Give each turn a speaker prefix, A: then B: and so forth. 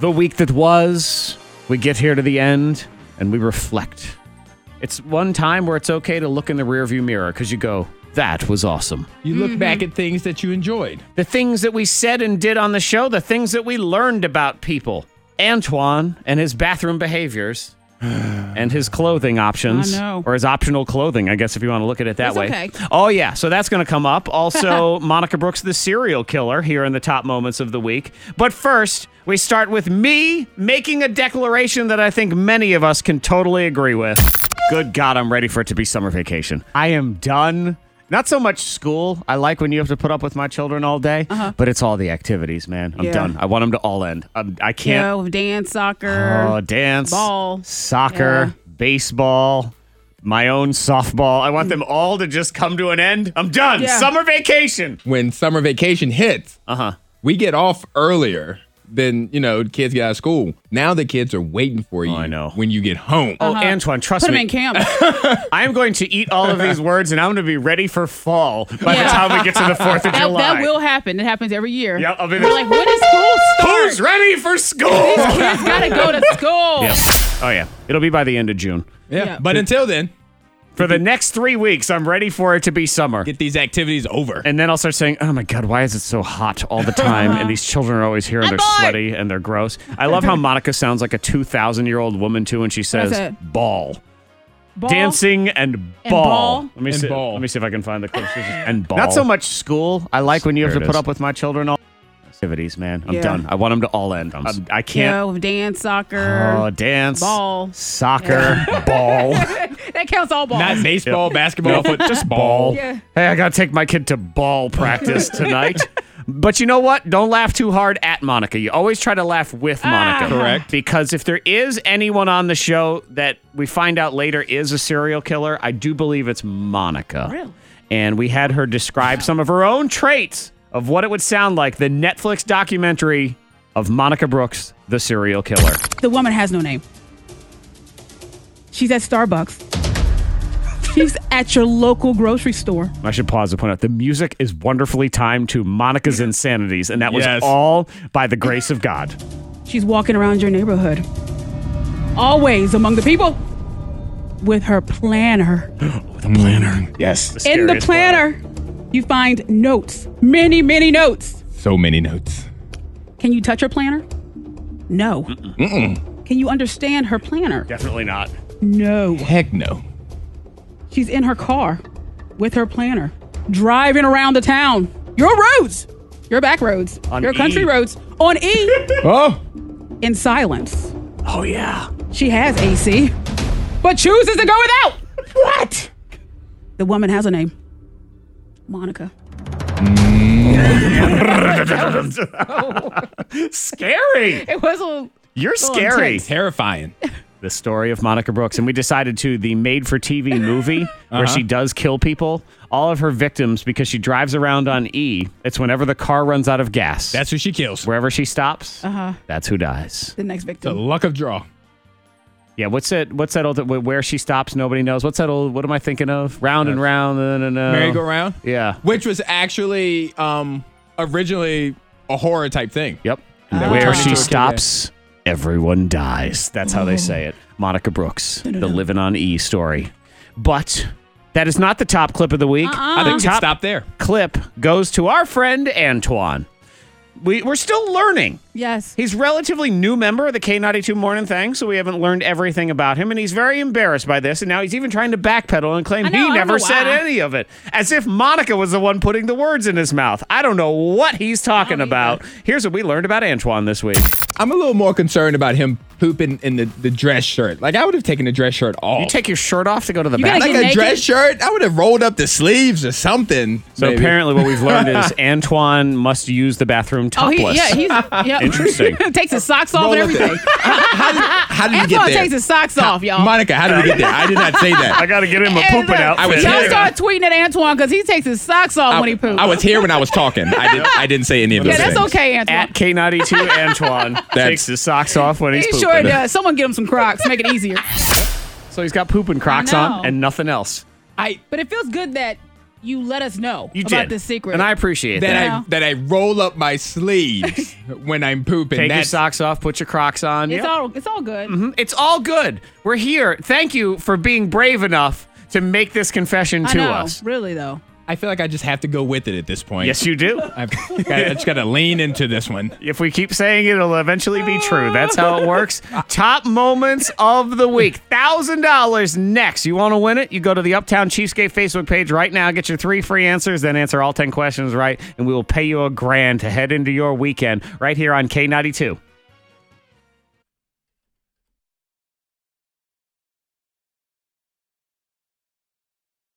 A: the week that was. We get here to the end and we reflect. It's one time where it's okay to look in the rearview mirror because you go, that was awesome.
B: You look back at things that you enjoyed.
A: The things that we said and did on the show, the things that we learned about people. Antoine and his bathroom behaviors and his clothing options
C: I know.
A: or his optional clothing, I guess if you want to look at it that
C: It's
A: way.
C: okay.
A: Oh yeah, so that's going to come up. Also, Monica Brooks, the serial killer, here in the top moments of the week. But first, we start with me making a declaration that I think many of us can totally agree with. Good God, I'm ready for it to be summer vacation. I am done. Not so much school. I like when you have to put up with my children all day, but it's all the activities, man. I'm
C: Yeah.
A: done. I want them to all end. I'm, I
C: You
A: can't.
C: know, dance, soccer.
A: Oh, dance,
C: Ball.
A: soccer, baseball, my own softball. I want them all to just come to an end. I'm done.
C: Mm. Yeah.
A: Summer vacation.
B: When summer vacation hits,
A: Uh huh.
B: we get off earlier than, you know, kids get out of school. Now the kids are waiting for you
A: I know.
B: when you get home.
A: Oh, Antoine, trust
C: Uh-huh. Put them
A: me.
C: in camp.
A: I am going to eat all of these words, and I'm going to be ready for fall by the
C: Yeah.
A: time we get to the Fourth of
C: that,
A: July.
C: that will happen. It happens every year.
A: Yeah, I'll be
C: We're
A: there.
C: like, when does school start?
A: Who's ready for school?
C: Kids gotta go to school.
A: Yep. Oh yeah, it'll be by the end of June.
B: yeah.
C: yeah.
B: But until then,
A: For
C: Mm-hmm.
A: the next three weeks, I'm ready for it to be summer.
B: get these activities over.
A: And then I'll start saying, "Oh my God, why is it so hot all the time?" and these children are always here, and
C: I'm
A: they're
C: bored.
A: sweaty and they're gross. I love how Monica sounds like a two thousand year old woman too when she says
C: it.
A: "ball,
C: Ball.
A: dancing and ball."
C: ball.
A: Let me
B: And
A: see.
B: ball.
A: Let me see if I can find the clip. and ball. Not so much school. I like when you have
B: There
A: to
B: it
A: put
B: is.
A: up with my children all activities. Man, I'm
C: Yeah.
A: done. I want them to all end. I'm, I
C: You
A: can't.
C: know, dance, soccer.
A: Oh, dance,
C: Ball.
A: soccer, ball.
C: that counts all balls.
B: Not baseball, basketball, but just
A: ball.
B: ball.
C: Yeah.
A: Hey, I got to take my kid to ball practice tonight. but you know what? Don't laugh too hard at Monica. You always try to laugh
C: Ah.
A: with Monica.
B: Correct.
A: Because if there is anyone on the show that we find out later is a serial killer, I do believe it's Monica.
C: Really?
A: And we had her describe some of her own traits of what it would sound like the Netflix documentary of Monica Brooks, the serial killer.
C: The woman has no name. She's at Starbucks. She's at your local grocery store.
A: I should pause to point out the music is wonderfully timed to Monica's insanities, and that was
B: Yes.
A: all by the grace of God.
C: She's walking around your neighborhood. Always among the people. With her planner.
B: Yes.
C: In the planner, you find notes. Many, many notes.
B: So many notes.
C: Can you touch her planner? No. Can you understand her planner?
A: Definitely not.
C: No.
B: Heck no.
C: She's in her car with her planner, driving around the town. Your roads, your back roads,
A: On
C: your
A: E.
C: country roads on E
B: Oh,
C: in silence.
A: Oh yeah.
C: She has AC, but chooses to go without. What? The woman has a name Monica.
A: Scary.
C: It was a.
A: You're scary.
C: intense.
B: terrifying.
A: The story of Monica Brooks. And we decided to the made for TV movie where she does kill people. All of her victims, because she drives around on E, it's whenever the car runs out of gas.
B: That's who she kills.
A: wherever she stops, uh-huh. that's who dies.
C: The next
B: The
C: victim.
B: luck of draw.
A: Yeah, what's that? What's that old? wh- Where she stops, nobody knows. What's that old? What am I thinking of? Round and round. No, no, no.
B: Merry-go-round?
A: Yeah.
B: Which was actually um originally a horror type thing.
A: Yep.
B: then we
A: Where
B: Ah. turn
A: she
B: into a Mm-hmm. kid,
A: stops, everyone dies. That's how they say it. Monica Brooks, the Living on E story. But that is not the top clip of the week.
B: Uh-uh. I think we
A: the
B: can
A: Uh-huh. top
B: stop there.
A: clip goes to our friend Antoine. We, we're still learning.
C: Yes.
A: He's a relatively new member of the K92 Morning Thing, so we haven't learned everything about him, and he's very embarrassed by this. And now he's even trying to backpedal and claim
C: I know, I
A: he
C: don't
A: never
C: know
A: said
C: why.
A: any of it, as if Monica was the one putting the words in his mouth. I don't know what he's talking
C: don't
A: about. Here's what we learned about Antoine this week.
B: I'm a little more concerned about him pooping in the, the dress shirt. Like I would have taken the dress shirt off.
A: You take your shirt off to go to the
C: You
A: bathroom.
B: like
C: gotta get
B: a
C: naked?
B: dress shirt, I would have rolled up the sleeves or something.
A: So
B: maybe.
A: apparently, what we've learned is Antoine must use the bathroom
C: Oh,
A: topless.
C: he, yeah, he's yeah.
A: Interesting.
C: takes his socks off
B: Roll
C: and
B: up the-
C: everything.
B: how, did, how did you get
C: Antoine
B: there?
C: takes his socks off, y'all.
B: Monica, how did we get there? I did not say
A: I
B: that.
A: got to get him a
C: And
A: pooping
C: look,
A: outfit.
B: I was
C: Y'all
B: here.
C: start tweeting at Antoine because he takes his socks off when he poops.
B: I was here when I was talking. I didn't. I didn't say any of
C: yeah,
B: those
C: that's
B: things.
C: okay, Antoine.
A: At K92, Antoine takes his socks off when he's
C: he
A: pooping.
C: sure does. Someone get him some Crocs, make it easier.
A: So he's got pooping Crocs
C: I know.
A: on and nothing else.
B: I
C: But it feels good that you let us know
A: You
C: about
A: did.
C: this secret.
A: And I appreciate that.
B: That
C: Yeah.
B: I that I roll up my sleeves when I'm pooping.
A: Take your
B: That's
A: socks off, put your Crocs on.
C: it's
A: Yep.
C: all it's all good.
A: It's all good. We're here. Thank you for being brave enough to make this confession
C: I
A: to
C: know,
A: us.
C: really though.
B: I feel like I just have to go with it at this point.
A: Yes, you do.
B: I've got, I just got to lean into this one.
A: If we keep saying it, it'll eventually be true. That's how it works. Top moments of the week. $1,000 next. You want to win it? You go to the Uptown Cheapskate Facebook page right now. Get your three free answers, then answer all 10 questions right, and we will pay you a grand to head into your weekend right here on K92.